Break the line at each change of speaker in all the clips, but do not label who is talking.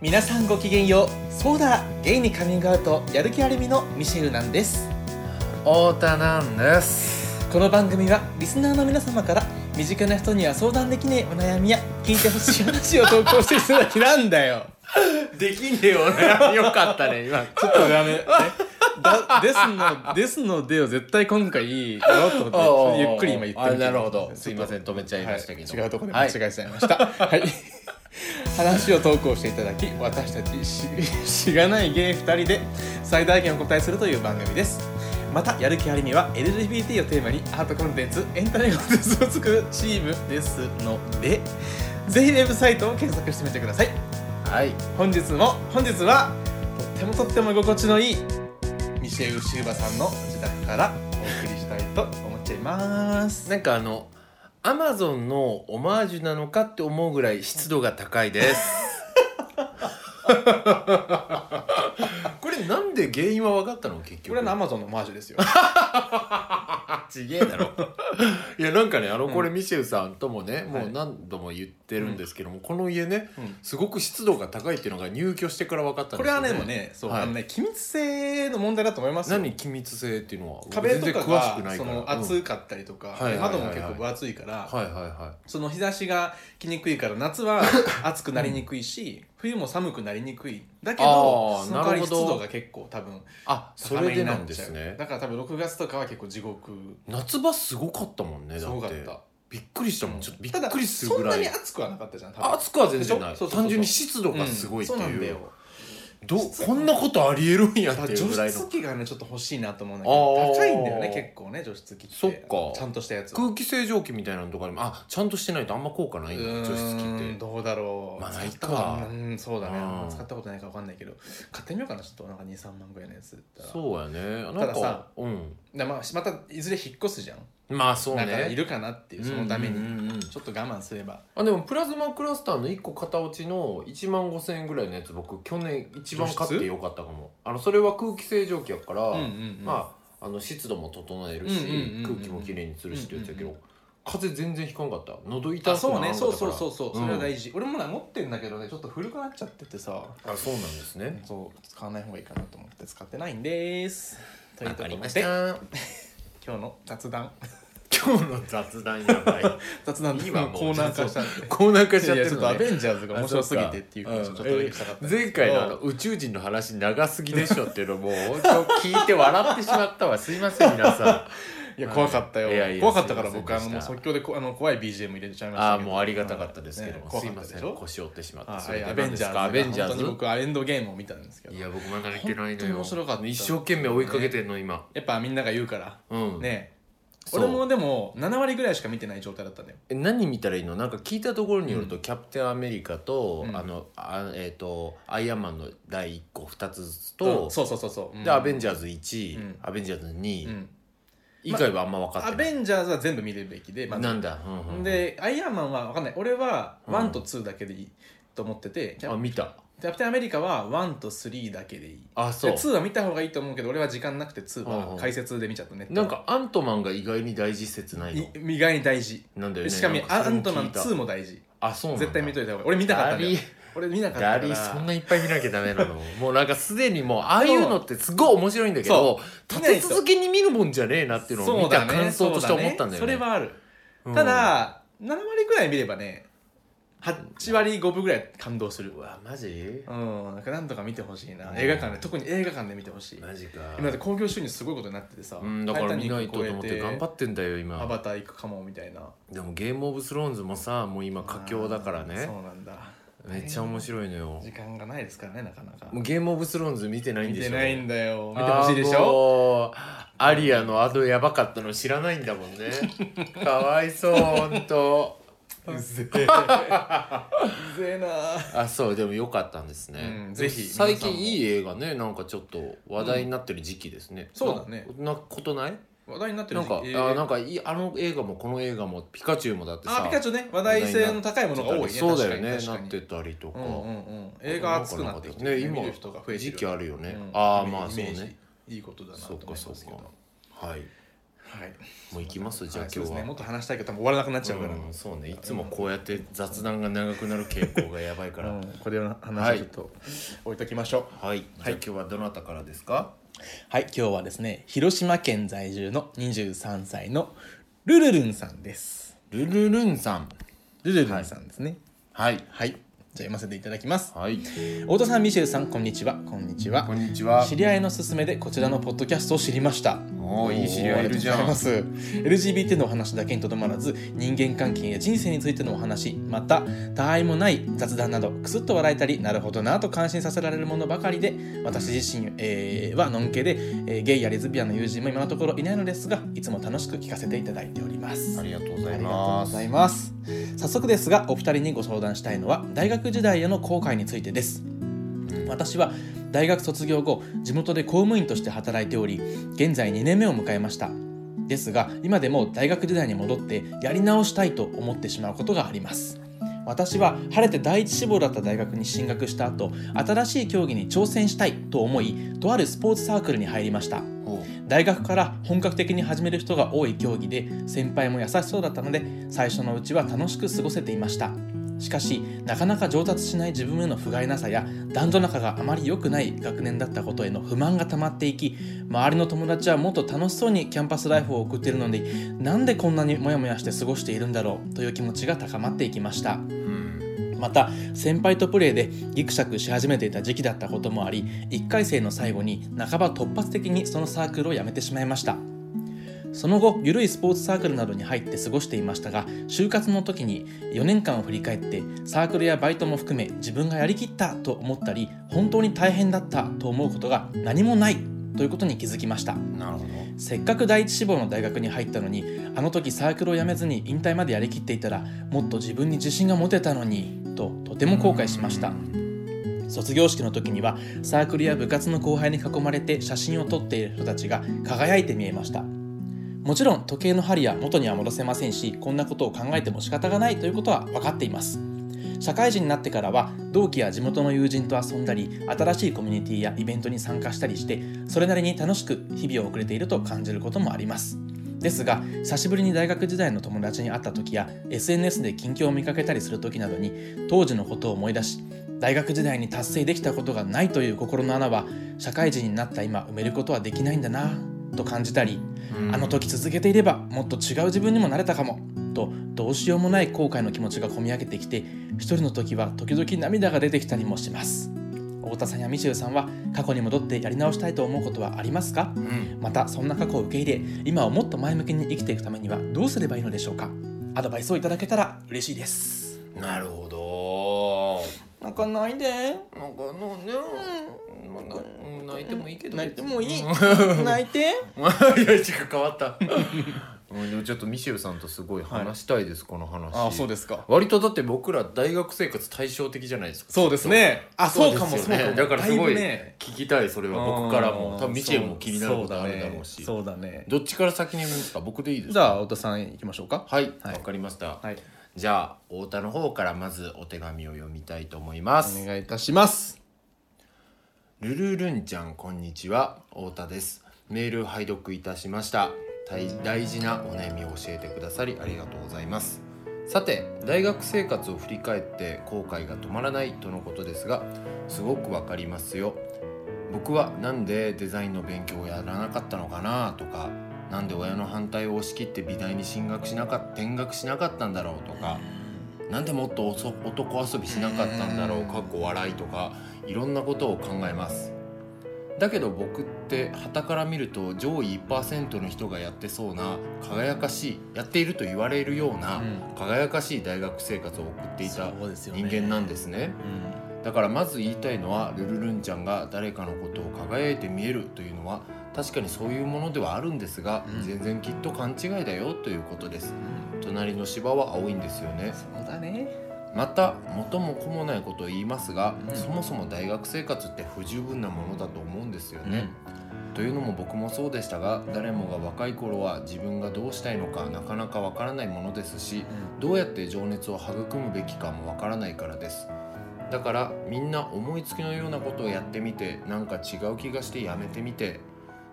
皆さんごきげんようそうだゲイにカミングアウトやる気ありみのミシェルなんです
太田なんです
この番組はリスナーの皆様から身近な人には相談できねえお悩みや聞いてほしい話を投稿していただきなんだよ
できねえよねよかったね今
ちょっとダメ、ね、だですのですのでを絶対今回やろうと思ってゆっくり今言ってみ
あ
た
なるほどすいません止めちゃいましたけど、
はい違うところで
は
間
い
違えちゃいました、はい話を投稿していただき私たちししがない芸2人で最大限お答えするという番組ですまたやる気ありみは LGBT をテーマにアートコンテンツエンタメコンテンツを作るチームですのでぜひウェブサイトを検索してみてください
はい
本日も本日はとってもとっても居心地のいいミシェウシウバさんの自宅からお送りしたいと思っちゃいます
なんかあのアマゾンのオマージュなのかって思うぐらい湿度が高いです これなんで原因は分かったの結局
これはアマゾンのマージュですよ
あちげえだろ いやなんかねあのこれミシェルさんともね、
はい
もう何度も言ってるんですけども、この家ね、
うん
すごく湿度が高いっていうのが入居してから分かったん
こ
です
れ
よ、
はねでもねそう、
はい
あのね機密性の問題だと思いますよ
何機密性っていうのは
壁と
全然
か
詳しく
が
ない
そ
から
の
うん
厚かったりとか、
はいはいはいはい
窓も結構分厚いから、
はいはいは
その日差しが来にくいから 夏は暑くなりにくいし、冬も寒くなりにくいだけど
あー
その代わ
なる
り
ほ
湿
ど
度が結構多分
いあそ
高め
れで
にな
な
っ
んで
ちゃう
すね
だから多分6月とかは結構地獄
夏場すごかったもんねだって
すごかった
びっくりしたも
うん
んちょっとびっくりするぐら
ただそん
い
なに暑くはなかったじゃん多分
暑くは全然ない
でしょそうそうそうそう
単純に湿度がすごいって
うんそうなんだ
いう,、
よ
どうこんなことありえるんや
だか
っ
ら
ていう
除
ぐらい
湿
の
器がねちょっと欲しいなと思うんだけど
あー
高いんだよね結構ね除湿器って
そっか
ちゃんとしたやつ
空気清浄機みたいなのとかにもあちゃんとしてないとあんま効果ないんだ除湿器っ
うーん
て
どうだろう
まあないか
使ったことうんそうだね
うん
使ったことないかわかんないけど買ってみようかなちょっとなんか23万ぐらいのやつだったら
そうやねなんか
たださ
うん
でまあまたいずれ引っ越すじゃん
まあそう
だからい
ね
るかなっていうそのため
うん
に
うんうんうん
ちょっと我慢すれば
あでもプラズマクラスターの1個型落ちの1万5000円ぐらいのやつ僕去年一番買ってよかったかもあのそれは空気清浄機やから、
うんうんうん
まああの湿度も整えるし、
うんうんうんう
空
ん
気もきれいにするしってやつやけど、
うんうん
風全然ひかんかった喉痛くな
あそうねそうそうそううそうそれは大事俺もな持ってんだけどねちょっと古くなっちゃっててさ
あそうなんですね
そう使わない方がいいかなと思って使ってないんですという
わ
と
か
こ
り
ろ
まし
で
た
今日の雑 談
今日の雑談やばい
雑談
いい
今
わ
コーナー化したんで
コーナー化し
い
ちゃ
や
っ
い
て
やち
る
ょっとア
のね
ベンジャーズが面白すぎてっていう話をちょっとだけしたかったんです
前
けど
回のあの宇宙人の話長すぎでしょっていうのもう聞いて笑ってしまったわすいません皆さん
いや怖かったよ
いやいや
怖かったから
すいま
僕
せん
あ
でし
の
た
もう即興でこあの怖い BGM 入れちゃいました
ああ
けど
もうありがたかったですけど
ね
も、
怖
すい
かっ
ま
たでし
せん
ょ
腰折ってしまって
あ
そ
あ
れ
い
で
やア
何
ベン
で
ジ
す
ャーズ
かアベンジャ
本当に
ー
僕あエンドゲームを見たんですけ
ズ
ど
い
や
や僕まだ見てない
本当
の
に
よ
面白かった
一生懸命追いかけてんの今
っぱみんなが言うから
うん
ね
そう
俺もでも7割ぐらいしか見てない状態だったんだよ
え何見たらいいのなんか聞いたところによると、キャプテンアメリカと、
うん
あのあえっ、とアイアンマンの第1個2つずつ
うん
と、
そうそうそうそううん
でアベンジャーズ1、
うん
アベンジャーズ2、
うん
以外はあんま分かって
ア
ない、
ベンジャーズは全部見るべきでまず
なんだ、うんうん、
でアイアンマンは分かんない俺は
うん
1と2だけでいいと思っててキ
あ
ャ
見た
キャプテンアメリカは1と3だけでいい
あ
で
そう
2は見た方がいいと思うけど俺は時間なくて
う
2
んう
は
ん
解説で見ちゃったね
なんかアントマンが意外に大事説ないの
い意外に大事
なんだよね
しかも
なん
ア
それも聞
ン
いた
トマン2も大事
あそうなんだ
絶対見といた方がいい俺見なかったんだ
ダ
よ
リー
俺見なかったから
ダリーそんないっぱい見なきゃダメなのもうなんかすでにもうああいうのってすごい面白いんだけど
そう
立て続けに見るもんじゃねえなっていうのを
そう
見
だ
た
ね
感想として思ったんだよね
そうねそれはある
うん
ただ7割ぐらい見ればね8割5分ぐらい感動する
うわマジ
うんなんか何とか見てほしいな
うん
映画館で特に映画館で見てほしい
マジか
今だって興行収入すごいことになっててさ
うんだから見ないとと思って頑張
っ
ってんだよ
アバ
今
ター行くかもみたいな
でもゲームオブスローンズもさもう今佳境だから
あーそ
ね
うなんだ
めっちゃ面白いのよ
時間がないですからねなかなか
もうゲームオブスローンズ見てないん
見
で
て
しょ
ないんだよ見てほしいでし
あー
ょ
もうアリアのあのやばかったの知らないんだもん ねかわいそうほんと
うぜえうぜえな
あそうでも良かったんですね、
うんぜひ
最近
皆さんも
いい映画ねなんかちょっと話題になってる時期ですね、
そうだね
ななことない
話題になってる
なんか、
時期
あなんかいいあの映画もこの映画もピカチュウもだって
あ
さ
ピカチュウね話題性の高いものが多いね
そうだよね
確
な
か
っ
に
てたりとか、
うんうんうん映画熱くなってきてる
ね今
見る人が増えてる
時期あるよね、
うん
ああまあ
イ
そう
メージ
ね
いいことだなと思います
そう
け
かそう
ど
はい
はい
もう行きますじゃあ
い
今
そう
日
ですね
は
もっと話したいけど多分終わらなくなっちゃうから、
うんそうねいつもこうやって雑談が長くなる傾向がやばいから、
うんこれを話をちょっと置いときましょう
はいじゃあ今日はどなたからですか
はい、今日はですね広島県在住の23歳のルルルンさんです
ルルルンさん
ルルルンさんですね
はい
はい、じゃあ読ませていただきます
はい
太田さんミシェルさんこんにちはこんにちは
こんにちは
知り合いの勧めでこちらのポッドキャストを知りました
おーいい知り合いいるじゃん
おーありがとうございます LGBT のお話だけにとどまらず人間関係や人生についてのお話また他愛もない雑談などクスッと笑えたりなるほどなぁと感心させられるものばかりで私自身、えーはのんけで、えーゲイやレズビアンの友人も今のところいないのですがいつも楽しく聞かせていただいております
ありがとうご
あ
ざい
りがとう
ま
ご
す
ざいます早速ですがお二人にご相談したいのは大学時代への後悔についてです私は大学卒業後地元で公務員として働いており現在2年目を迎えましたですが今でも大学時代に戻ってやり直したいと思ってしまうことがあります私は晴れて第一志望だった大学に進学した後新しい競技に挑戦したいと思いとあるスポーツサークルに入りました
おう
大学から本格的に始める人が多い競技で先輩も優しそうだったので最初のうちは楽しく過ごせていましたしかしなかなか上達しない自分への不甲斐なさや男女仲があまり良くない学年だったことへの不満が溜まっていき周りの友達はもっと楽しそうにキャンパスライフを送っているのになんでこんなにモヤモヤして過ごしているんだろうという気持ちが高まっていきました
うん
また先輩とプレーでギクシャクし始めていた時期だったこともあり1回生の最後に半ば突発的にそのサークルを辞めてしまいましたその後ゆるいスポーツサークルなどに入って過ごしていましたが就活の時に4年間を振り返ってサークルやバイトも含め自分がやりきったと思ったり本当に大変だったと思うことが何もないということに気づきました
なるほ
せっかく第一志望の大学に入ったのにあの時サークルを辞めずに引退までやりきっていたらもっと自分に自信が持てたのにととて
ど
も後悔しました
うん
卒業式の時にはサークルや部活の後輩に囲まれて写真を撮っている人たちが輝いて見えましたもちろん時計の針は元には戻せませんしこんなことを考えても仕方がないということは分かっています社会人になってからは同期や地元の友人と遊んだり新しいコミュニティやイベントに参加したりしてそれなりに楽しく日々を送れていると感じることもありますですが久しぶりに大学時代の友達に会った時や SNS で近況を見かけたりする時などに当時のことを思い出し大学時代に達成できたことがないという心の穴は社会人になった今埋めることはできないんだなと感じたりあの時続けていればもっと違う自分にもなれたかもとどうしようもない後悔の気持ちがこみ上げてきて一人の時は時々涙が出てきたりもします太田さんやみちゅうさんは過去に戻ってやり直したいと思うことはありますか
うん
またそんな過去を受け入れ今をもっと前向きに生きていくためにはどうすればいいのでしょうかアドバイスをいただけたら嬉しいです
なるほど
泣かないで
なんかのね、うんまあなうん、泣いても いいけど
泣いてもいい
うん
泣いて
いや違う変わった うんでもちょっとミシェルさんとすごい話したいです、この話
あそうですすか
割とだって僕ら大学生活対照的じゃないですか
そうですねあそうかも
です
そう
よ
か
ね
も
だからすご
だ
い
ぶね
聞きたいそれは僕からも多分ミシェルも気になることあ
あ
るだろうし
そうだね
どっちから先に言うんですか僕でいいです
じ
か
ゃあ太田さん行きましょうか
はいわ、
はい
かりました、
はい
じゃあ太田の方からまずお手紙を読みたいと思います
お願いいたします
ルルルンちゃんこんにちは太田ですメール拝読いたしました大大事なお悩みを教えてくださりありがとうございますさて大学生活を振り返って後悔が止まらないとのことですがすごくわかりますよ僕はなんでデザインの勉強をやらなかったのかなとかなんで親の反対を押し切って美大に進学しなかっ転学しなかったんだろうとかなんでもっとおそ男遊びしなかったんだろうかっこ笑いとかいろんなことを考えますだけど僕って傍から見ると上位1%の人がやってそうな輝かしいやっていると言われるような
うん
輝かしい大学生活を送っていた
そうですよね
人間なんですね
うん
だからまず言いたいのはルルルンちゃんが誰かのことを輝いて見えるというのは確かにそういうものではあるんですが、
うん
全然きっと勘違いだよということです隣の芝は青いんですよね
そうだね
また元も子もないことを言いますが、
うん
そもそも大学生活って不十分なものだと思うんですよね、というのも僕もそうでしたが誰もが若い頃は自分がどうしたいのかなかなかわからないものですしどうやって情熱を育むべきかもわからないからですだからみんな思いつきのようなことをやってみてなんか違う気がしてやめてみて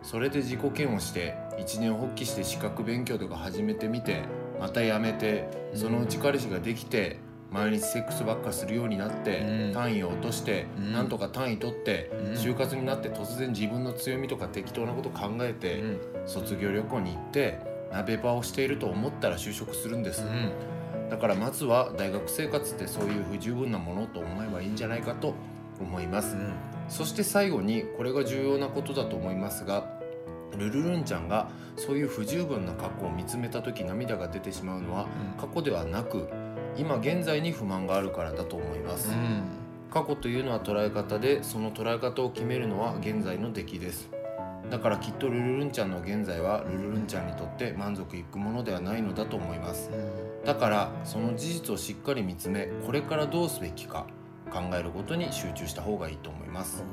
それで自己嫌悪して一年発起して資格勉強とか始めてみてまたやめてそのうち彼氏ができて毎日セックスばっかするようになって、
うん
単位を落として、
うん
なんとか単位取って、
うん
就活になって突然自分の強みとか適当なこと考えて、
うん
卒業旅行に行って鍋場をしていると思ったら就職するんです、だからまずは大学生活ってそういう不十分なものと思えばいいんじゃないかと思います、そして最後にこれが重要なことだと思いますがルルルンちゃんがそういう不十分な過去を見つめた時涙が出てしまうのは過去ではなく今現在に不満があるからだと思います、過去というのは捉え方でその捉え方を決めるのは現在の出来ですだからきっとルルルンちゃんの現在はルルルンちゃんにとって満足いくものではないのだと思いますだからその事実をしっかり見つめこれからどうすべきか考えることに集中した方がいいと思います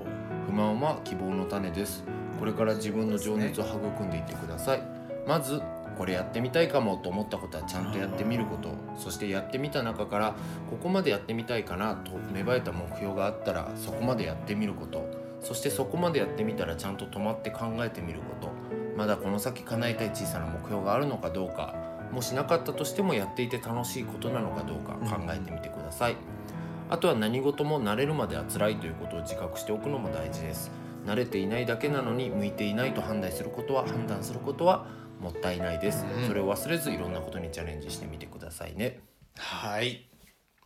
不満は希望の種ですこれから自分の情熱を育んでいってくださいまずこれやってみたいかもと思ったことはちゃんとやってみることそしてやってみた中からここまでやってみたいかなと芽生えた目標があったらそこまでやってみることそしてそこまでやってみたらちゃんと止まって考えてみることまだこの先叶えたい小さな目標があるのかどうかもしなかったとしてもやっていて楽しいことなのかどうか考えてみてください、あとは何事も慣れるまでは辛いということを自覚しておくのも大事です慣れていないだけなのに向いていないと判断することは判断することはもったいないです、
うん
それを忘れずいろんなことにチャレンジしてみてくださいね
はい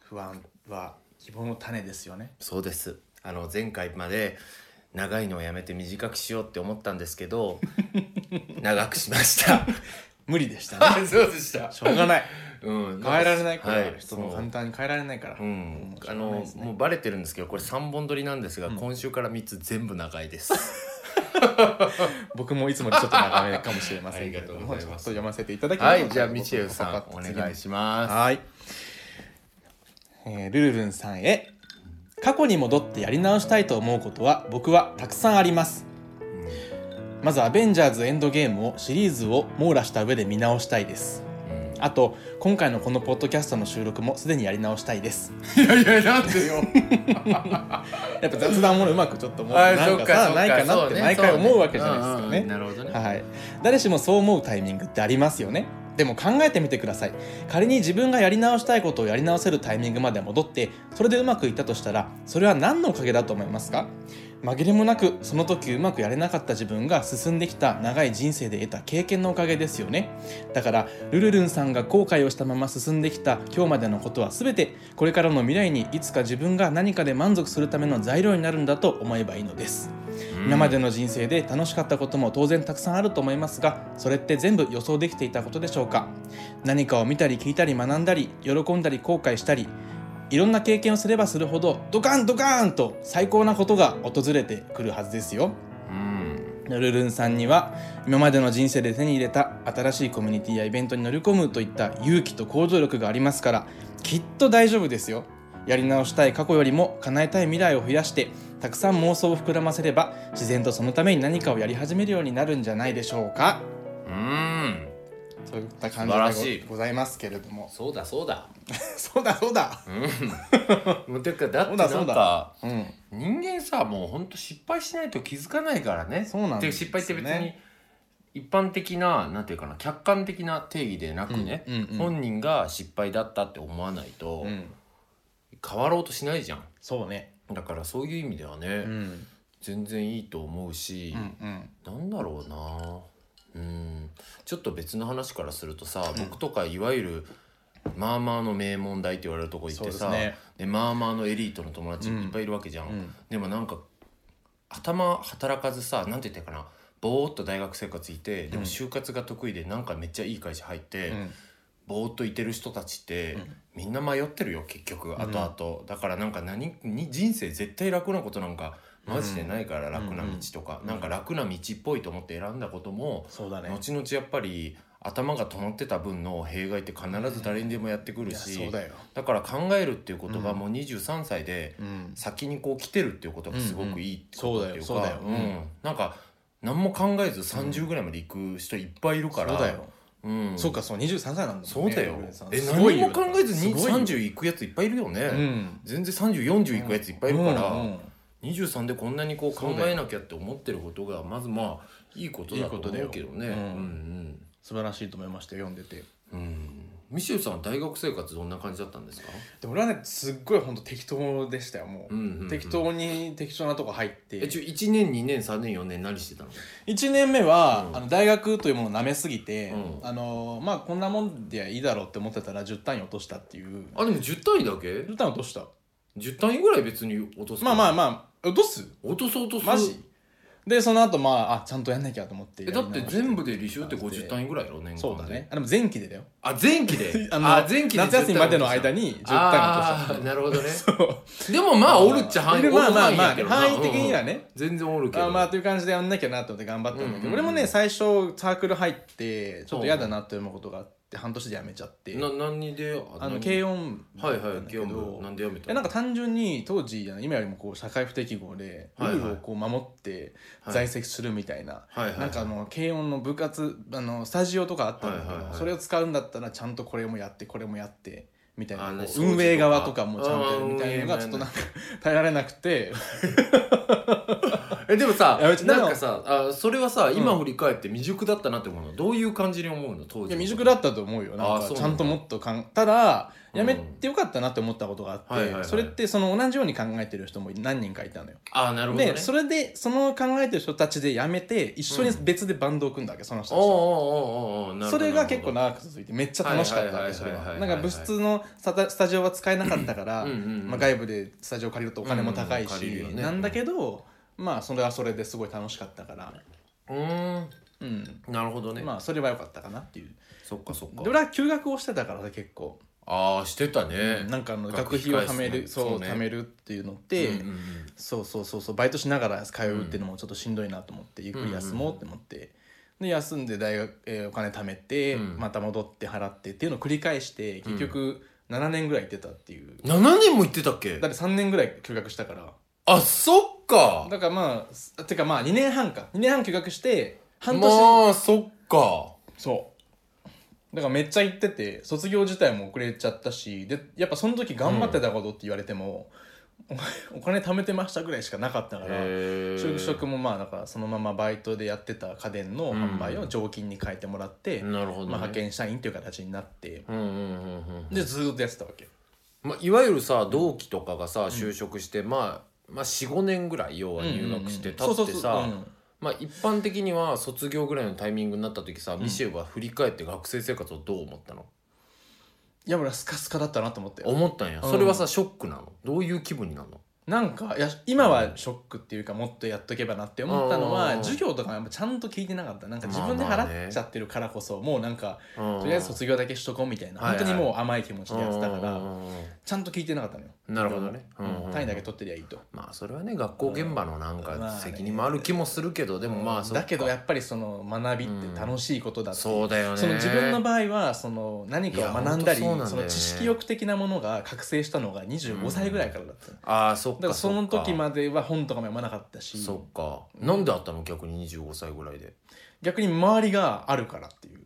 不安は希望の種ですよね
そうですあの前回まで長いのをやめて短くしようって思ったんですけど 長くしました
無理でしたね
あそうでした
しょうがない
うん
変えられないから、
はい
人も簡単に変えられないから、
うん、あ
しょうがない
の
ですね
もうバレてるんですけどこれ3本撮りなんですが、今週から3つ全部長いです
僕もいつもよりちょっと長めかもしれませんけれ
ありがと
ど
う
も
ござ
ち
い
ょっ
ま
と
す
読ませていただきます
はいじゃあみちえさんお願いしま
はい、えー、ルルルンさんへ過去に戻ってやり直したいと思うことは僕はたくさんあります
す、うん
まず「アベンジャーズエンドゲーム」をシリーズを網羅した上で見直したいですあと今回のこのポッドキャストの収録もすでにやり直したいです
いやいやなんで よ
やっぱ雑談ものうまくちょっともう
あ
な
ーそ
ん
っ
か
かそ
さ
っか
ないかな
そ
っ
う
て
ね
毎回思うわけじゃないですか
うんうん
ね
なるほどね
はい、誰しもそう思うタイミングってありますよねでも考えてみてください仮に自分がやり直したいことをやり直せるタイミングまで戻ってそれでうまくいったとしたらそれは何のおかげだと思いますか紛れもなくその時うまくやれなかった自分が進んできた長い人生で得た経験のおかげですよねだからルルルンさんが後悔をしたまま進んできた今日までのことは全てこれからの未来にいつか自分が何かで満足するための材料になるんだと思えばいいのです今までの人生で楽しかったことも当然たくさんあると思いますがそれって全部予想できていたことでしょうか何かを見たり聞いたり学んだり喜んだり後悔したりいろんな経験をすればするほどドカンドカーンと最高なことが訪れてくるはずですよ
うん
ルルルンさんには今までの人生で手に入れた新しいコミュニティやイベントに乗り込むといった勇気と行動力がありますからきっと大丈夫ですよやり直したい過去よりも叶えたい未来を増やしてたくさん妄想を膨らませれば自然とそのために何かをやり始めるようになるんじゃないでしょうか
うん
といった感
素晴らし
じ
い
でごございますけれども
そうだそう だ
そうだそうだ
もうてかだってな
そ
ん
うだそう
か
うん
人間さもうほんと失敗しないと気づかないからね
そうなんですよ
てか失敗って別に
ね
一般的ななんていうかな客観的な定義でなくね、
うんうんうん
本人が失敗だったって思わないと
うん
変わろうとしないじゃん
そうね
だからそういう意味ではね、
うん
全然いいと思うし
う、んうん
なんだろうなうんちょっと別の話からするとさ、僕とかいわゆるまあまあの名門大って言われるとこ行って
そ
さ
う
で、
ですね
まあまあのエリートの友達いっぱいいるわけじゃん、
うん
でもなんか頭働かずさなんて言ったらいいかなぼーっと大学生活いてでも就活が得意でなんかめっちゃいい会社入って、
うん
ぼーっといてる人たちって、みんな迷ってるよ結局後々、だからなんか何に人生絶対楽なことなんかマジでないから楽な道とか、なんか楽な道っぽいと思って選んだことも、
そうだね
後々やっぱり頭が止まってた分の弊害って必ず誰にでもやってく
い
る
や
し、
そうだよ
だから考えるっていうことがもう23歳で
うん
先にこう来てるっていうことがすごくいいってことっていうか、
うんうんそうだよそうだよ
んなんか何も考えず30ぐらいまで行く人いっぱいいるから、
そうだよ
うん、
そうかそう23歳なんだもんね
そうだよ
ルルンさん。
え
すご
何
いよ
も考えずに
すごいよ
30いくやついっぱいいるよね。
うん
全然30、40いくやついっぱいいるから、
うんうん
23でこんなにこう
そ
考
うだよ
えなきゃって思ってることがまずまあいいことだと思うけどね
いいことだよ
うん
素晴らしいと思いました読んでて
うんうんミシェルさんは大学生活どんな感じだったんですか、
でも俺はねすっごい本当適当でしたよもう、
うんうんうん
適当に適当なとこ入って
えちょ1年2年3年4年何してたの
1年目は、
うん
あの大学というものを舐めすぎて、
うん
あのまあこんなもんでいいだろうって思ってたら10単位落としたっていう
あでも10単位だけ
10単位落とした
10単位ぐらい別に落とす
まあまあ
あ
まあ落とす
落とそうとす
マジでその後まああちゃんとやんなきゃと思って
えだって全部で履修
習
って50
位
単位ぐらいやろ年間で
そうだねあでも前期でだよ
あ前期で
あの
あ前期で
夏休みまでの間
に
に10単位落と
あ
し
あなるほどね
た そう
でもまあおるっちゃ範囲
いるまあまあ
おる
ま
範囲
あ
やけどな
範囲的にはね
うん全然おるけ
あ
ど
まあという感じでやんなきゃなと思って頑張ったんだけど、
うんうんうん
俺もね最初サークル入ってちょっと嫌だなって思うことがあって半年で辞めちゃって
な何で
あの
何
軽音部
はい
だ
は
っ
い
たんだけ
軽
ど
音部なんでやめた
えなんか単純に当時今よりもこう社会不適合でル
はいはい
ールをこう守って
はい
在籍するみたいな、
はいはいはい
なんかあの軽音の部活あのスタジオとかあったんだけど、
はいはいはい
それを使うんだったらちゃんとこれもやってこれもやってみたい
あ
な
ね
こ
掃除とか
う運営側とかもちゃんとやる
あー
みたいなの
運営側
が
ね
ちょっとなんか耐えられなくて
えでもさ
やめちゃ
なんかさあそれはさ
ん
今振り返って未熟だったなって思うのどういう感じに思うの当時
いや未熟だったと思うよな
あ
ん
ー
か
そう
ち
な
ゃ
んだ
んともっとかんただ
うん
やめてよかったなって思ったことがあって、
はいはいはい
それってその同じように考えてる人も何人かいたのよ、
あなるほどね
でそれでその考えてる人たちでやめて一緒に別でバンドを組んだわけその人
お
たち
お
と
おうおうおうおうなるほ
そ
ど
れが結構
な
長く続いてめっちゃ楽しかったわ
はいはいはいはい
けそれ
はい
は
はい
なんか部室のスタスタジオは使えなかったから、
るほどうんうんうん
まあ、外部でスタジオ借りるとお金も高い
うんうん
し、
借りるよね
なんだけどまあそれはそれですごい楽しかったから、
うー
うん
んなるほどね
まあそれは良かったかなっていう
そっかそっ
で
か
俺は休学をしてたからね結構
ああしてたね
なんかあの
学
学
費
費をはめ
返
る
すの
そ
そ
う
うね
貯めるっていうのって、
うんうんうん
そうそうそうそうバイトしながら通うっていうのもちょっとしんどいなと思って、ゆっくり休もうって思って、で休んで大学、えーお金貯めて、
うん
また戻って払ってっていうのを繰り返して結局7年ぐらい行ってたっていう、
7年も行ってたっけ
だって3年ぐらい休学したから
あそっか
だからまあすてかまあ2年半か2年半休学して半年、
まあそっか
そうだからめっちゃ行ってて卒業自体も遅れちゃったしでやっぱその時頑張ってたことって言われても、おお金貯めてましたぐらいしかなかったから
へ
就職もまあだからそのままバイトでやってた家電の販売を常勤に変えてもらって、ま
なるほ
あ、
ど、ね
派遣社員という形になって
うんうんうんうん
でずーっとやってたわけ
まあ、いわゆるさ同期とかがさ就職して、まあ、まあ45年ぐらい要は入学してた
うんうんうん
って
そうそうそうう
さ
ん
まあ一般的には卒業ぐらいのタイミングになった時さ、ミシェルは振り返って学生生活をどう思ったの
いや俺はスカスカだったなと思って
思ったんや
うん
それはさショックなのどういう気分になるの
なんかいや今はショックっていうかもっとやっとけばなって思ったの
う
は
ん
授業とかもやっぱちゃんと聞いてなかったなんか自分で
まあまあね
払っちゃってるからこそもうなんか
と
とりあえず卒業だけしとこうみたいな
はいは
本
い
当にもう甘い気持ちでやってたから
ら
ちゃんと聞いてなかったのよ
なるほどねうんうん
単位だけ取ってりゃいいと
まあそれはね学校現場のなん
うんまあ
か
ね
責任もある気もするけど、でもまあそっか
だけどやっぱりその学びって楽しいことだっていう
そうだよね
その自分の場合はその何かを学んだり
いや本当そうなんだよね
その知識欲的なものが覚醒したのが25歳ぐらいからだったの、だ
ああそっか
からその時
で
までは本とかも読まなかったし
そっかなんであったの逆に25歳ぐらいで
逆に周りがあるからっていう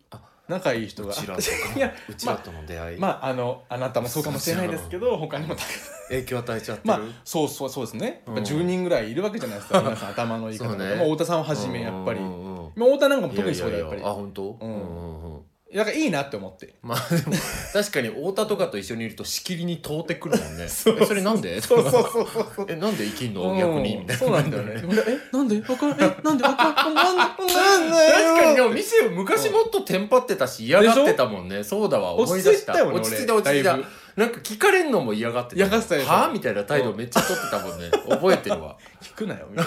仲いい人
う
が
ちらと
いや
かうちらとの出会い、
まああのあなたもそうかもしれないですけど他にもたくさん
影響与えちゃってる、
まあそうそうそうですねやっぱ10人ぐらいいるわけじゃないで すか皆さん頭のいい方
そ
と
う
か、
ね
まあ、太田さんをはじめやっぱり、
う
ま
んうんうん
あ、太田なんかも
いやいや
特に
い
そうだよやっぱり
あ本当、
うん
うんうん
だからいいなって思って
まあで も確かに太田とかと一緒にいるとしきりに通ってくるもんね
そう
えそれなんで
そうそうそうそう
えなんで生きんの
うん
逆にみたいな
そうなんだよねえなんでわかんえなんでわかん なんでなんだよ
確かにでも店昔もっとテンパってたし嫌がってたもんねそうだわ思い出した
落
落ち
ち着
着
い
い
た
た落ち着い
よね
た
俺だい
なんか聞かれんのも嫌がって
嫌がってたでしょ
はみたいな態度めっちゃ取ってた もんね覚えてるわ
聞くなよみたい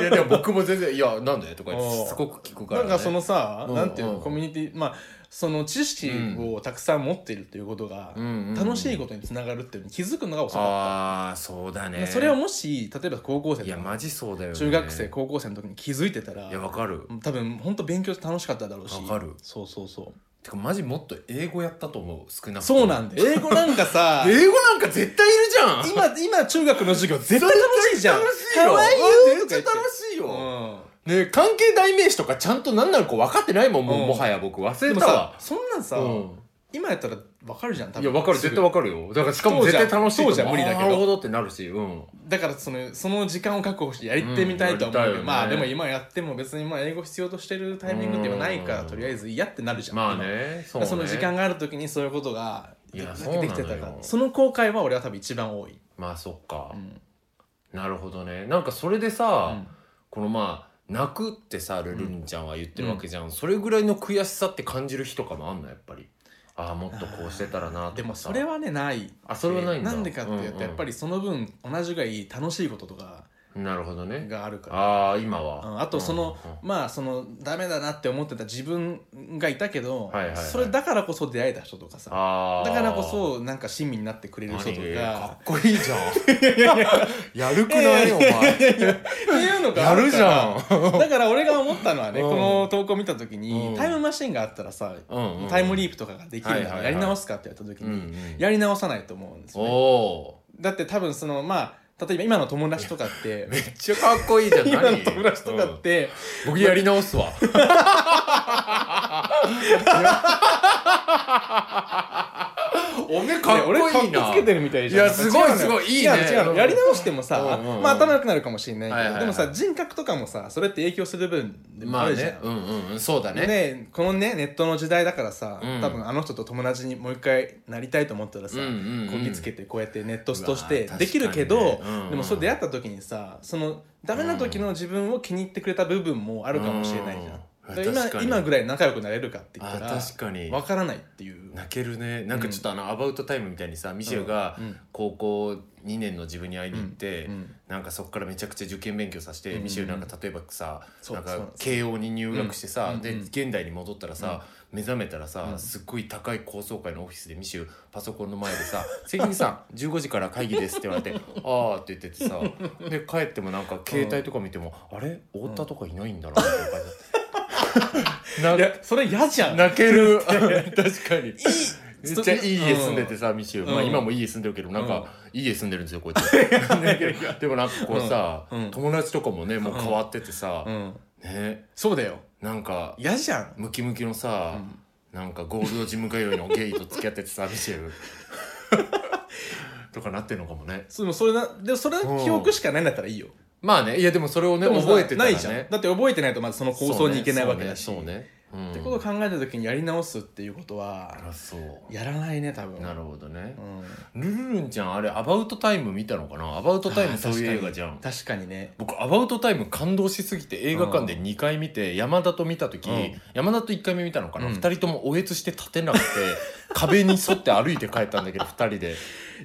いやでも僕も全然「いやなんで?」とか言っ
う
て
ん
すごく聞くか
な
ら、
な
ね、
んかそのさ、
うん
なんていうの
うん
コミュニティまあその知識をたくさん持っているということが、
うんうんうん
楽しいことにつながるっていうのに気づくのが遅かっ
ああそうだ
た、
ね
それをもし例えば高校生
いや
とか
マジそうだよね
中学生、高校生の時に気づいてたら
いやわかる
多分本当勉強楽しかっただろうし
わかる
そうそうそう
てかマジもっと英語やったと思う少なくとも
そうなんだよ英語なん かさ
英語なんか絶対いるじゃん
今今中学の授業絶対楽しいじゃん
楽しいよ
かわいいよ
絶対楽
し
しい
い
よ、
うん
ね関係代名詞とかちゃんと何なのか分かってないもんもう
うん
もはや僕忘
で
れ
も
た
さ
わ
そんなんさ、
うん
今やったら分かるじゃん多
い
分
やわかる
す
絶
ぐ
対わかるよだからしかも
当時
絶
は
対楽しいと
当時は無理だけど
あーなるほどってなるしうん
だからそのその時間を確保してやりてみたいとは思うけど、
うん
ま
や
あ
り
で
たいよね
も今やっても別にまあ英語必要としてるタイミングではないから
うん
とりあえずいいやってなるじゃん
まあね
そ
そうね
の時間がある時にそういうことが
い
で
や
き
そうなの
で
よ
きてたからその後悔は俺は多分一番多い、
まあそっか、
うん
なるほどねなんかそれでさ、このまあ泣くってさルルンちゃんは言ってるわけじゃん、それぐらいの悔しさって感じる日とかもあんのやっぱりああもっとこうしてたらなとかさ
でもそれはねない
あそれはないんだ
でかっていうと、やっぱ
り
りその分同じぐらい楽しいこととか
なるほどね
があるから
ああ今
う
は
んあとその、
うんうん
まあそのダメだなって思ってた自分がいたけど、
はいはいはい
それだからこそ出会えた人とかさ
あー
だからこそなんか親身になってくれる
何
人
か
とか
っこいいじゃんやるくないお前
っていうのが
や
あ
る
る
じ
から
ゃん
だから俺が思ったのはね、
うん
この投稿見た時に、
うん
タイムマシンがあったらさ、
うんうん
タイムリープとかができるな
はいはいは
ら
い
やり直すかってやった時に、
うんうん
やり直さないと思うんです
お
よね、
お
だって多分そのまあ例えば今の友達とかって
ー めっちゃかっこいいじゃん
今の
何
友達とかって、
僕やり直すわおめえかっこいいな
俺かっこつけてるみたいじゃん
いやすごい
違うのよ
すごいいいね
違うの違うのやり直してもさ、
うんうんうん
まあ頭良くなるかもしれないけど、
はいはいはい
でもさ人格とかもさそれって影響する部分でも
ま
あ
あ
るじゃん、
ねうんうんうんそうだね
でこのねネットの時代だからさ、
うん
多分あの人と友達にもう一回なりたいと思ったらさ、
うんうんうん
こぎつけてこうやってネットスとして
うわ
できるけ
確
ど、
かにねうん
でもそれ出会った時にさそのダメな時の自分を気に入ってくれた部分もあるかもしれないじゃん、
うん
だから
確か
今
に
今ぐらい仲良くなれるかって言った
あ
ら
確かに
分からないっていう
泣けるねなんかちょっとあの、アバウトタイムみたいにさミシェルが
うんうん
高校2年の自分に会いに行って、
うんうん
なんかそこからめちゃくちゃ受験勉強させて、
うんうん
ミシェルなんか例えばさ
そう
なん
そうな
か
んです
慶応に入学してさ、
うん
で
うん
現代に戻ったらさ、目覚めたらさ、
うん
すっごい高い高層階のオフィスでミシェルパソコンの前でさ「関口 さん15時から会議です」って言われて「ああ」って言っててさで帰ってもなんか携帯とか見ても「あれ太田とかいないんだな」みたいな感じだった
い やそれ嫌じゃん
泣ける 確かにめ
い
っちゃいい家住んでてさ、ミシュー、まあ
うん
今もいい家住んでるけど、なん
うん
か、いい家住んでるんですよ、こう やって。でもなんかこうさ
うんうん、
友達とかもね、もう変わっててさ
う、ん
ね、
そうだよ
なんか、
嫌じゃん
ムキムキのさ、なんかゴールドジム通いのゲイと付き合っててさ、ミシ ュー。とかなってんのかもね。
そうでもそれなでもそれ記憶しかないんだったらいいよ、
まあね、いやでもそれをね、
でもさ
覚えてたら
な
ね。
いじゃんだって覚えてないとまずその構想に行けないわけだし、
そうね。そうね
っ
う
て
ん
ことを考えた時にやり直すっていうことは
あそう。
やらないね多分
なるほどね
う。ん
ルルルンちゃん、あれ、アバウトタイム見たのかなアバウトタイムそういう映画じゃん。
確かにね
僕「アバウトタイム」感動しすぎて映画館で2回見て、山田と見た時、
うん
山田と1回目見たのかな、
うん
二2人ともおえつして立てな くて壁に沿って歩いて帰ったんだけど2人で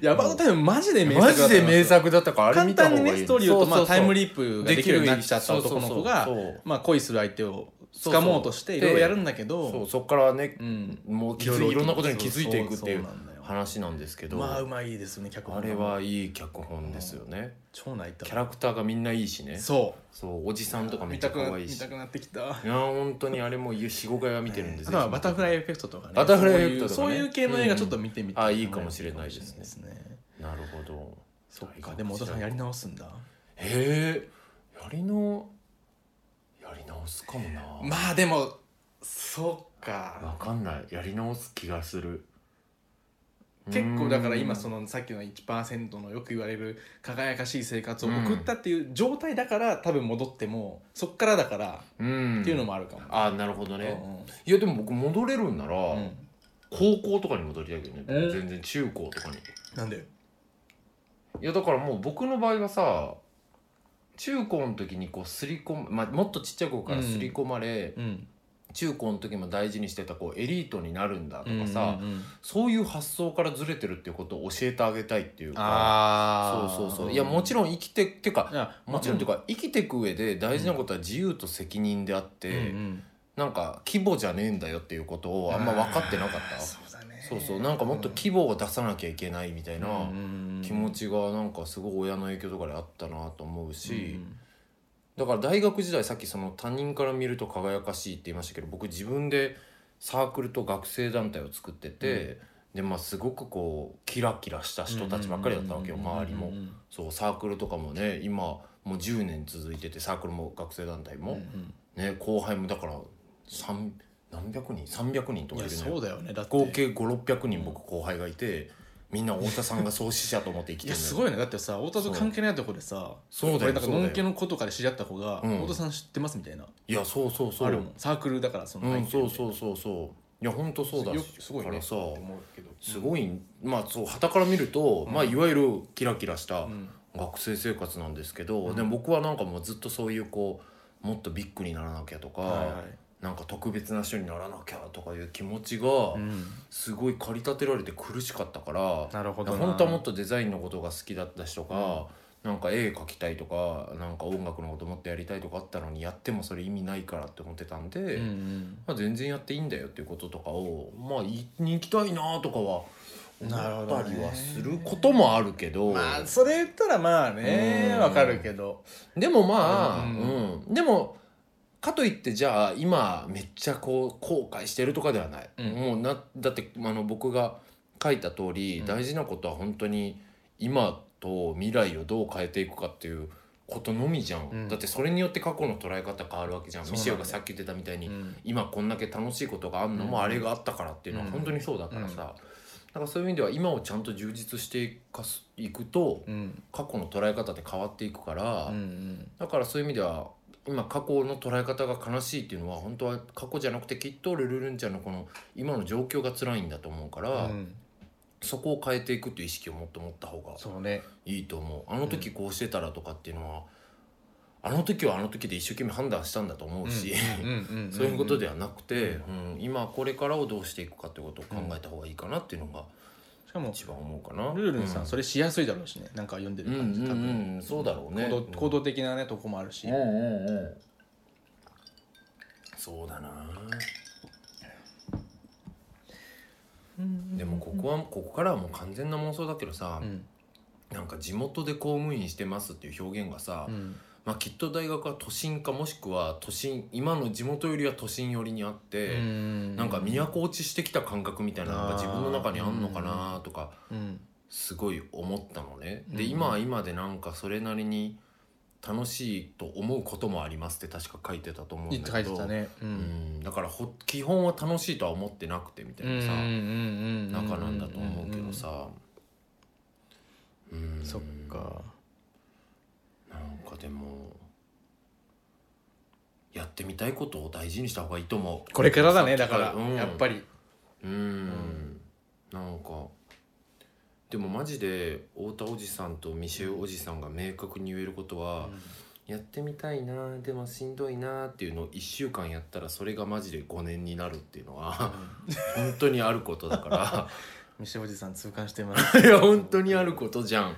いやバトタイムマジで名作
マ
だと
ジ
思い
で
ます
名作だったからあれ
簡
見た
単
方が
に
いい
ねストーリーをと、まあ、タイム
リー
リープができるようになっちゃった男の子が
そうそうそう
まあ恋する相手を掴もうとし
そう
てい
そう
ろいろやるんだけ
そ
ど
うそっからね、
うん
もう気づいいろんなことに気づいていくってい
そううそうそうなんだよ
話なんですけど、
まあうまいですね脚
あ
本
れはいい脚本ですよね、
超泣いた
キャラクターがみんないいしね
そ
そうおじさんとか
う
めっ
見
ちゃ
たく
可
な
愛い
見
した
くなってきた
いやー本当にあれも45回は見てるんです
あとはバタフライエフェクトとかね
バタフライエフェクトとか
そう
ね
いうそういう系の映画ちょっと見てみて、
うんあいいかもしれないですね
ね
なるほど
そっかでも小田さんやり直すんだ
へえやりのやり直すかもな
まあでもそっか
わかんないやり直す気がする
結構だから今
う
そのさっきの1%のよく言われる輝かしい生活を送ったっていう状態だから多分戻ってもそっからだから
ーん
っていうの
も
もあるかも、
あーなるほど
うん
ねいやでも僕戻れるんなら
うんうん
高校とかに戻りたいけどね
えー
全然中高とかに
なんで
いやだからもう僕の場合はさ中高の時にこうすり込む、まあ、もっとちっちゃい頃からすり込まれ、
うん
中高の時も大事にしてたこうエリートになるんだとかさ、
うんうんうん
そういう発想からずれてるっていうことを教えてあげたいっていうか
ああ
そうそうそういやもちろん生きてっていうか
ろん
もちろんっていうか生きていく上で大事なことは自由と責任であって、なんか規模じゃねえんだよっていうことをあんま分かってなかったそ
そうだね
うそうなんかもっと規模を出さなきゃいけないみたいな気持
ち
ちがなんかすごい親の影響とかであったなと思うし、だから大学時代さっきその他人から見ると輝かしいって言いましたけど僕自分でサークルと学生団体を作ってて、でまあすごくこうキラキラした人たちばっかりだったわけよ周りも
うんうん
そうサークルとかもね今もう10年続いててサークルも学生団体
うんう
も、
ん
ね後輩もだから3何百人300人と
い
かい
や
るのよ
そうだよねだって
合計5600人僕後輩がいてみんな太田さんが創始者と思って生き
い
て
や
るの
す
よ
ごいねだってさ太田と関係ないとこでさ
そうだよ
俺なんか
そうだよ
のんけの子とかで知り合った子が
うん
太田さん知ってますみたいない
やそうそうそ
あ
う
るもんサークルだからその
う
入
ん
ってる
そ
ん
う
で
そうそうそういや本当そうだ
よ
し
すごい
か
ね
らさ
って思うけど
すごいまあそう傍から見ると、まあいわゆるキラキラした
ん
学生生活なんですけど、でも僕はなんかもうずっとそういうこうもっとビッグにならなきゃとか、
はいはい
なんか特別な人にならなきゃとかいう気持ちが
うん
すごい駆り立てられて苦しかったから、
なるほどな
本当はもっとデザインのことが好きだったしとか、なんか絵描きたいとかなんか音楽のこともっとやりたいとかあったのにやってもそれ意味ないからって思ってたんで、
うんうん
まあ、全然やっていいんだよっていうこととかをまあい行きたいなとかは
なるほど
思ったり
ね
はすることもあるけど
まあそれ言ったらまあね
うん
わかるけど
でもまあ、
う
うんんでもかといってじゃあ今めっちゃこう後悔してるとかではない、
うん
もうなだってあの僕が書いた通り、
うん
大事なことは本当に今と未来をどう変えていくかっていうことのみじゃん、
うん
だってそれによって過去の捉え方変わるわけじゃん
そう
ミ
なんだ
シェルがさっき言ってたみたいに、
うん
今こんだけ楽しいことがあるのも
うん
あれがあったからっていうのは本当にそうだからさ、
うん
だからそういう意味では今をちゃんと充実していかすいくと
うん
過去の捉え方って変わっていくから、
うんうん
だからそういう意味では今過去の捉え方が悲しいっていうのは本当は過去じゃなくてきっとルルルンちゃんのこの今の状況が辛いんだと思うから、
うん
そこを変えていくっていう意識をもっと持った方が
そうね
いいと思うあの時こうしてたらとかっていうのは、あの時はあの時で一生懸命判断したんだと思うし、
うんうんんん
そういうことではなくて、うん今これからをどうしていくかってことを考えた方がいいかなっていうのが
しかも
一番思うかな。
ルールンさん、
うん
それしやすいだろうしねなんか読んでる
うん
感じ、
うん
多分、
うんそうだろうね。
行動
うん
行動的なねとこもあるし、
うんうんうんそうだなでもここはここからはもう完全な妄想だけどさ、
うん
なんか地元で公務員してますっていう表現がさ、
うん
まあ、きっと大学は都心かもしくは都心今の地元よりは都心寄りにあって、なんか都落ちしてきた感覚みたいなのが自分の中にあんのかなとか
うん
すごい思ったのね。で
うん
今は今でなんかそれなりに楽しいと思うこともありますって確か書いてたと思うんだ
い
け
い
ど
って書いてたねう
うんんだからほ基本は楽しいとは思ってなくてみたいなさ
うんうんうんうん
中なんだと思うけどさうん
そっか
なんかでもやってみたいことを大事にした方がいいと思う
これからだねだから、
うん
やっぱり
うん、なんかでもマジで太田おじさんとミシェルおじさんが明確に言えることは、やってみたいなでもしんどいなっていうのを1週間やったらそれがマジで5年になるっていうのは 本当にあることだか
西おじさん痛感してます
ら いや本当にあることじゃん
うん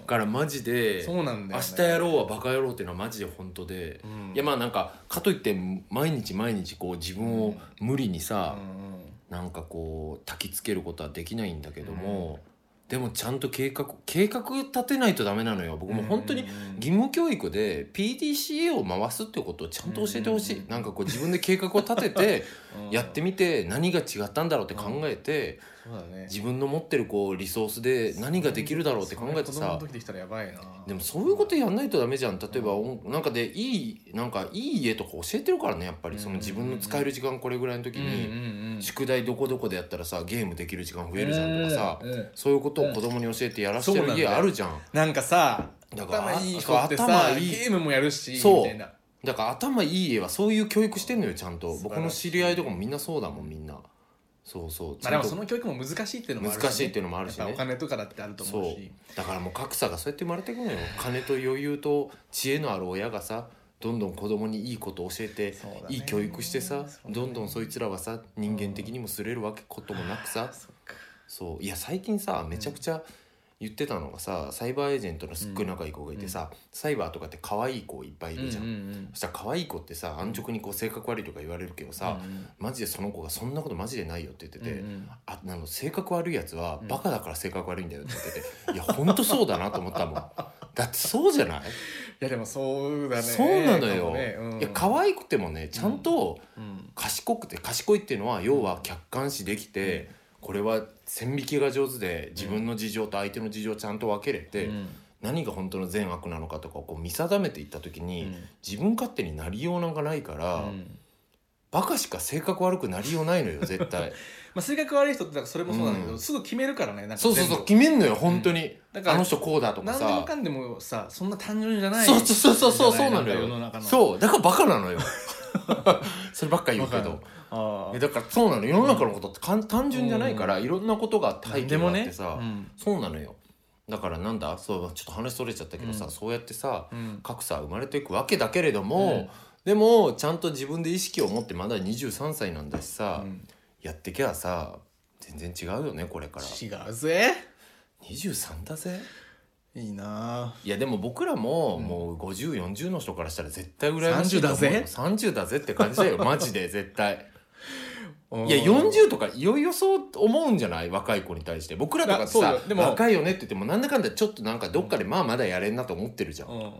だからマジで
そうなんだよ、
明
ね、
日やろうはバカ野郎っていうのはマジで本当で、
うん
いやまあなんかかといって毎日毎日こう自分を無理にさ、
うんうん
なんかこう焚きつけることはできないんだけども、でもちゃんと計画計画立てないとダメなのよ僕も本当に
うんうんうん
義務教育で PDCA を回すってことをちゃんと教えてほしい、
うんうんうん
なんかこう自分で計画を立て てやってみて何が違ったんだろうって考えて、
そうだね
自分の持ってるこうリソースで何ができるだろうって考えて
それ子供
さ
の時できたらやばいな
でもそういうことやんないとダメじゃん例えば音なんかでいいなんかいい家とか教えてるからねやっぱりその自分の使える時間これぐらいの時
うん
に
うんうん
宿題どこどこでやったらさゲームできる時間増えるじゃんとかさ
うんうん
そういうことを子供に教えてやらせて
そう
る
なんだ
家
よ
あるじゃん
なんかさ
だから
頭いい子ってさ
そう頭いい
ゲームもやるし
そう
みたいな
だから頭いい家はそういう教育してんのよちゃんと
素晴らしい
僕の知り合いとかもみんなそうだもんみんなそうそうち
まあ
ゃん
でも
と
その教育も難しいっていうのもあるし、ね、
難しいっていうのもあるしね
やっぱお金とかだってあると思う
そ
し
うだからもう格差がそうやって生まれてくのよ金と余裕と知恵のある親がさどんどん子供にいいことを教えて、
そうだね
いい教育してさ、
そうだね
どんどんそいつらはさ人間的にもすれるわけこともなくさ、
そっか
そういや最近さめちゃくちゃ言ってたのがさサイバーエージェントのすっごい仲いい子がいてさ、サイバーとかって可愛い子いっぱいいるじゃん、
うんうん
そしたら可愛い子ってさ安直にこう性格悪いとか言われるけどさ、
うんうん
マジでその子が「そんなことマジでないよ」って言ってて。
うんうん
あなの性格悪いやつはバカだから性格悪いんだよって言ってて、いやほんとそうだなと思ったもんだってそうじゃない、
いやでもそうだね
そうなの
か
よ、
もねうん、
いや可愛くてもねちゃんと
うん
賢くて賢いっていうのは要は客観視できて、これは線引きが上手で自分の事情と相手の事情をちゃんと分けれて、
うん
何が本当の善悪なのかとかをこう見定めていった時に、
うん
自分勝手になりようなんかないから、
うん
バカしか性格悪くなりようないのよ絶 対
まあ、性格悪い人ってなんかそれもそうなんだけど、
うん
すぐ決めるからねなんか
そうそう
全部
そう決めんのよ本当に、
だから
あの人こうだとか
何でも
さ
かんでもさそんな単純じゃない
そうそうそうそうそうなの
んか世
よ
の中のう
そうだからバカな のよそればっか言うけど
あ
え
あ
だからそうなの世の中のことってかん単純じゃないから、いろんなことが体
で
験が
も
あっ
ね
てさ、
うん
そうなのよだからなんだそうちょっと話それちゃったけどさ、
うん
そうやってさ
うん
格差は生まれていくわけだけれども、
うん
でもちゃんと自分で意識を持ってまだ23歳なんだしさ、
うん
やってきゃさ全然違うよねこれから
違うぜ
23だぜ
いいなあ
いやでも僕らももう5040の人からしたら絶対羨ましいと思う
30だぜ
30だぜって感じ だよマジで絶対
うん
いや40とかいよいよそう思うんじゃない若い子に対して僕らとかって
あそう
さ
よでも
若いよねって言ってもなんだかんだちょっとなんかどっかでまあまだやれんなと思ってるじゃん、
うん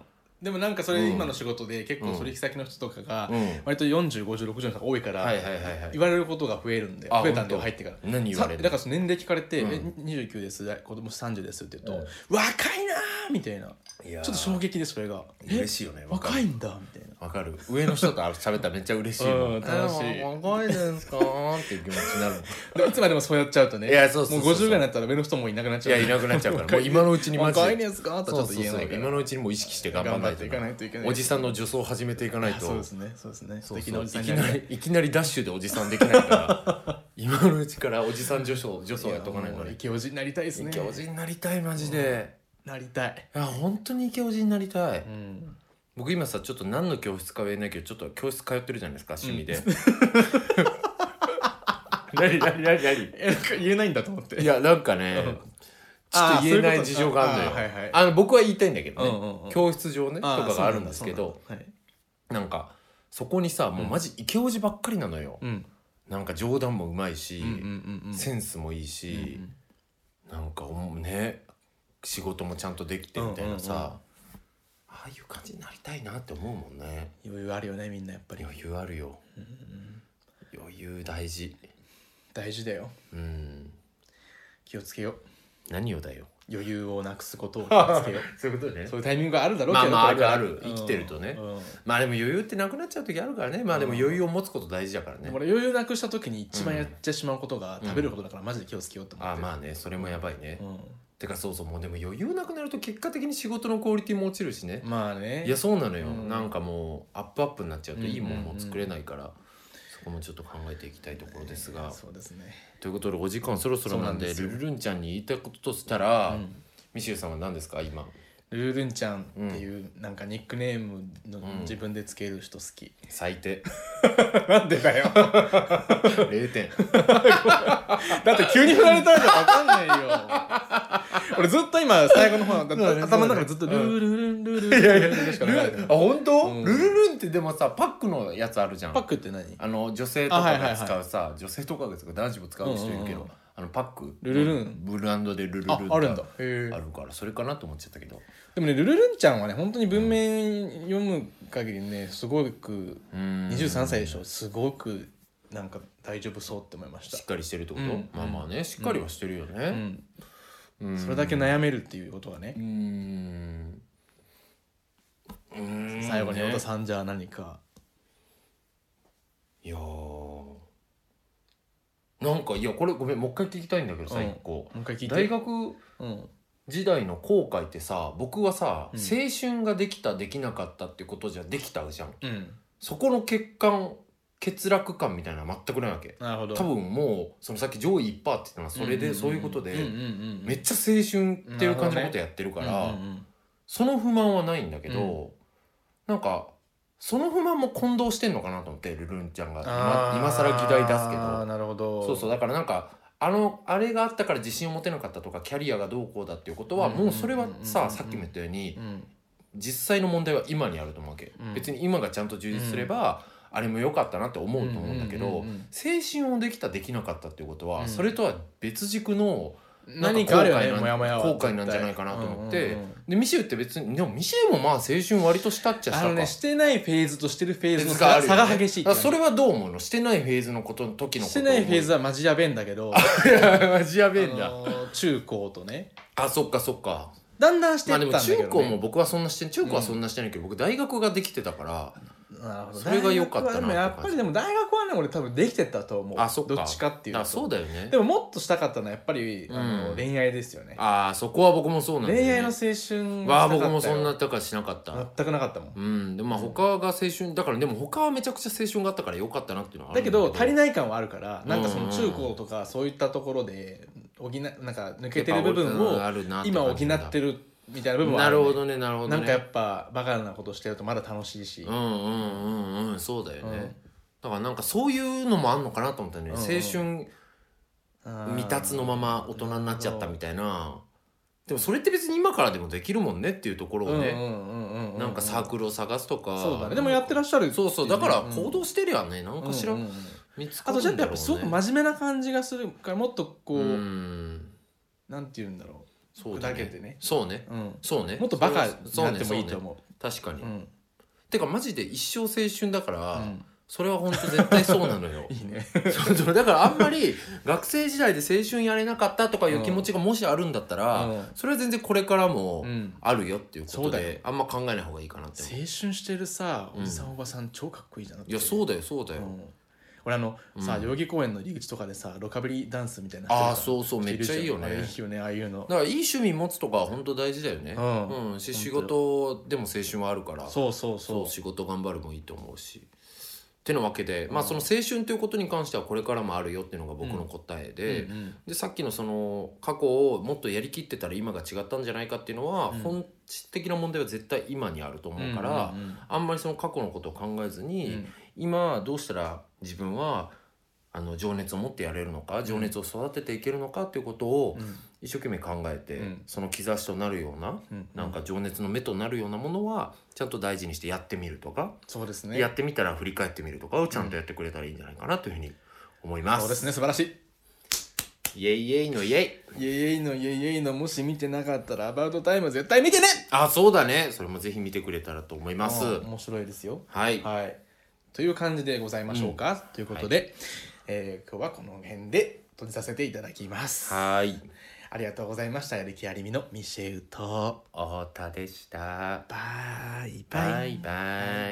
でもなんかそれ今の仕事で結構取引先の人とかが
うん
割と405060の人が多いから
はいはいはいはい
言われることが増えるんで
あ
増えたんで
本当
入ってから
何言われる
さだからその年齢聞かれて「
うん
え29ですあ子供30です」って言うと
う
「若いなー」みたいなち
いや
ょ
ー
っと衝撃でそれが「
嬉
え
しいよね
若いんだ」みたいな
わかる上の人と喋ったらめっちゃ嬉しいもん
うん楽しい
えー若いですかーっていう気持ちになるも ん
でいつまでもそうやっちゃうとね
いやそうそうそうそう
もう50ぐらいになったら上の人もいなくなっ
い
ちゃ
や
う
いなくなっちゃうからもう今のうちにマジで
若いですかとはちょっと言えないから
今のうちにもう意識して頑張らないと
頑張っていかないといけない
おじさんの助走を始めていかない
あ
と
そうですねそうですね素
そうそう
敵なおじさん
い
に
きな
なりたい
りいきなりダッシュでおじさんできないから 今のうちからおじさん助走助走やっとかない
や
と
もう
ね
イケオジになりたいです
イ
ね
ケオジになりたいマジで、
なりたい
いや本当にイケオジになりたい、
うん
僕今さちょっと何の教室かは言えないけどちょっと教室通ってるじゃないですか趣味で、 何何何何
えなんか言えないんだと思って
いやなんかね
うん
ちょっと言えな
あー
い事情があるのよあ
そういうことですねあーはいはい
の僕は言いたいんだけどね、
うんうんうん
教室上ねと
ー
か
そう
があ
な
るんですけど
そうなんだはい
なんかそこにさもうマジイケオジばっかりなのよ、
うん
なんか冗談もうまいし、
うんうんうんうん
センスもいいし、なんかおもね仕事もちゃんとできてみたいなさ、
うんうんうん
ああいう感じになりたいなって思うもんね
余裕あるよねみんなやっぱり
余裕あるよ、余裕大事
大事だよ
うん
気をつけよう
何をだよ
余裕をなくすことを気をつけよう
そういうことね
そういうタイミングがあるだろうけど
まあまあ
これから
あるある生きてるとね
うんうん
まあでも余裕ってなくなっちゃう時あるからねまあでも余裕を持つこと大事だからね、
でも俺余裕なくした時に一番やっちゃしまうことが食べることだからマジで気をつけようと思
あ
っ
あ
て
まあねそれもやばいね、
う
てかそうそうもうでも余裕なくなると結果的に仕事のクオリティも落ちるしね
んまあね
いやそうなのよ、
うん
なんかもうアップアップになっちゃうといいもんも作れないから、そこもちょっと考えていきたいところですが、
そうですね
ということでお時間そろそろなんで
そうなんですよ
ルルルンちゃんに言いたいこととしたら、
うん
ミシューさんは何ですか今
ルールンちゃんっていうなんかニックネームの
うん
自分でつける人好き、
最 低
なんで だよ
0点
だって急に振られたらじゃ分かんないよ 俺ずっと今最後の方だって頭の中でずっとルールルンルールルンルールルンしか流れてない
あ本当、
うん
ルルルンってでもさパックのやつあるじゃん
パックって何
あの女性とか
あはいはいは
が
い
使うさ、女性とかが使う男子も使う人いるけど、
うんうんうん
あのパック
ルルルン
ブランドでルルルン
ああるんだ
って
へ
あ
え
るからそれかなと思っちゃったけど
でもねルルルンちゃんはね本当に文面読む限りねすごく
うん
23歳でしょすごくなんか大丈夫そうって思いまし
したっかりしてるってこと、
うん
まあまあねしっかりはしてるよ
う
ね、
ん
うん
それだけ悩めるっていうことはね
うんうん
最後に
ね
太田さんじゃあ何か
いやーなんかいやこれごめんもう一回聞きたいんだけどさ、
うん
一個
もう一回聞いて
大学
うん
時代の後悔ってさ僕はさ、
うん
青春ができたできなかったってことじゃできたじゃん
うん
そこの欠陥欠落感みたいなのは全くないわけ
なるほど
多分もうそのさっき上位1%って言ったのはそれでそういうことで、め
っち
っちゃ青春っていう感じのことやってるから、その不満はないんだけど、なんかその不満も混同してんのかなと思ってルルンちゃんが今今更議題出すけど
なるほど
そうそうだからなんかあのあれがあったから自信を持てなかったとかキャリアがどうこうだっていうことは
うんうんうん
もうそれは
うんうん
さ
うん
さっきも言ったように
うん
実際の問題は今にあると思うわけ、
うん
別に今がちゃんと充実すれば、あれも良かったなって思うと思うんだけど、
うんうんうんうん
青春をできたできなかったっていうことは、
うん
それとは別軸の
何かあるよね
なんか後悔なん
モヤモヤは
後悔なんじゃないかなと思って
うんうんうん
でミシェルって別にでもミシェルもまあ青春割としたっちゃし
あ
たか。
のねしてないフェーズとしてるフェーズの
があ
差
るよ
差
ね
が激しい
だからそれはどう思うのしてないフェーズのことの時のこと
してないフェーズ
は
はマジやべえんだけど
マジやべえん
あ
だ
のー中高とね
あそっかそっか
だんだんして
ま
っ
あ
た
でも
んだけど、ね
中高も僕はそんなして中高はそんなしてないけど、僕大学ができてたから
なるほど
それが良かったな
大学はでもやっぱりでも大学はね俺多分できてたと思う
あそっか
どっちかっていうと
あそうだよね
でももっとしたかったのはやっぱり、あ
うん
の恋愛ですよね
ああそこは僕もそうなんだよね
恋愛の青春
わあ
したかったよ
僕もそんな高しなかった
全くなかったもん、
うんでもまあ他が青春だからでも他はめちゃくちゃ青春があったから良かったなっていうのはある
だけど足り
ない
ない感はあるからなんかその
うん
中高とかそういったところで補いなんか抜けてる部分を
あるな
今補って
る
るみたいな部分は
な
あ
る
るね、
ほどねなるほどね
なんかやっぱバカなことしてるとまだ楽しいし、
うんうんうんうんそうだよね、
うん
だからなんかそういうのもあんのかなと思ったね、
うんうん
青
あー
春未達のまま大人になっちゃったみたいなでもそれって別に今からでもできるもんねっていうところを
うん
ね、
うんうんうんうん
なんかサークルを探すとか
そうだねでもやってらっしゃる
そうそうだから行
動
動してりゃね何かしら見つか
あ
る
と
んだろ
ちょっ
う、
と
ね、
やっぱすごく真面目な感じがするからもっとこう、
うん
なんて言うんだろ
そうだ
砕けてね
そうね
う、うん、
そうね
もっとバカに
そう
な
ね
ってもいいと思
そうね確かに、
ううん
てかマジで一生青春だから、
うん
それは本当絶対そうなの よ
いいね
そうそうだからあんまり学生時代で青春やれなかったとかいう気持ちがもしあるんだったら、
うん
それは全然これからも
うん
あるよっていうこと
そうだ
で
よ、
あんま考えない方がいいかなって
青
思う
春してるさ
うん
おじさん、おばさん超かっこいいじゃん
いやそうだよそうだ
う
よ、
ん、俺あの、さ
うん
代々木公園の入り口とかでさロカビリーダンスみたいな
ああそうそうめっ
め
ちゃいいよね
いいよねああいうの
だからいい趣味持つとかは本当大事だよね
うん
うんし仕事でも青春はあるから
そうそう
そ
そう
う仕事頑張るもいいと思うし。ってなわけで、まあその青春ということに関してはこれからもあるよっていうのが僕の答えで,、
うんうん
でさっきのその過去をもっとやりきってたら今が違ったんじゃないかっていうのは、
うん
本質的な問題は絶対今にあると思うから、
うんうん
あんまりその過去のことを考えず
う
に、
ん
今どうしたら自分はあの情熱を持ってやれるのか情熱を育てていけるのかっていうことを
うん
一生懸命考えて、
うん
その兆しとなるような
うん
なんか情熱の目となるようなものはちゃんと大事にしてやってみるとか、
そうですね
やってみたら振り返ってみるとかをちゃんとやってくれたらいいんじゃないかなというふうに思います。
そうですね素晴らしい
イエイイエイのイエイ
イエイのイエイイエイのもし見てなかったらアバウトタイム絶対見てね
あそうだねそれもぜひ見てくれたらと思います。
うん面白いですよ
はい、
はいという感じでございましょうか、ということで、えー今日はこの辺で閉じさせていただきます
はい
ありがとうございましたやる気ありみのミシェウと
太田でした。
バイバイ
バイバイ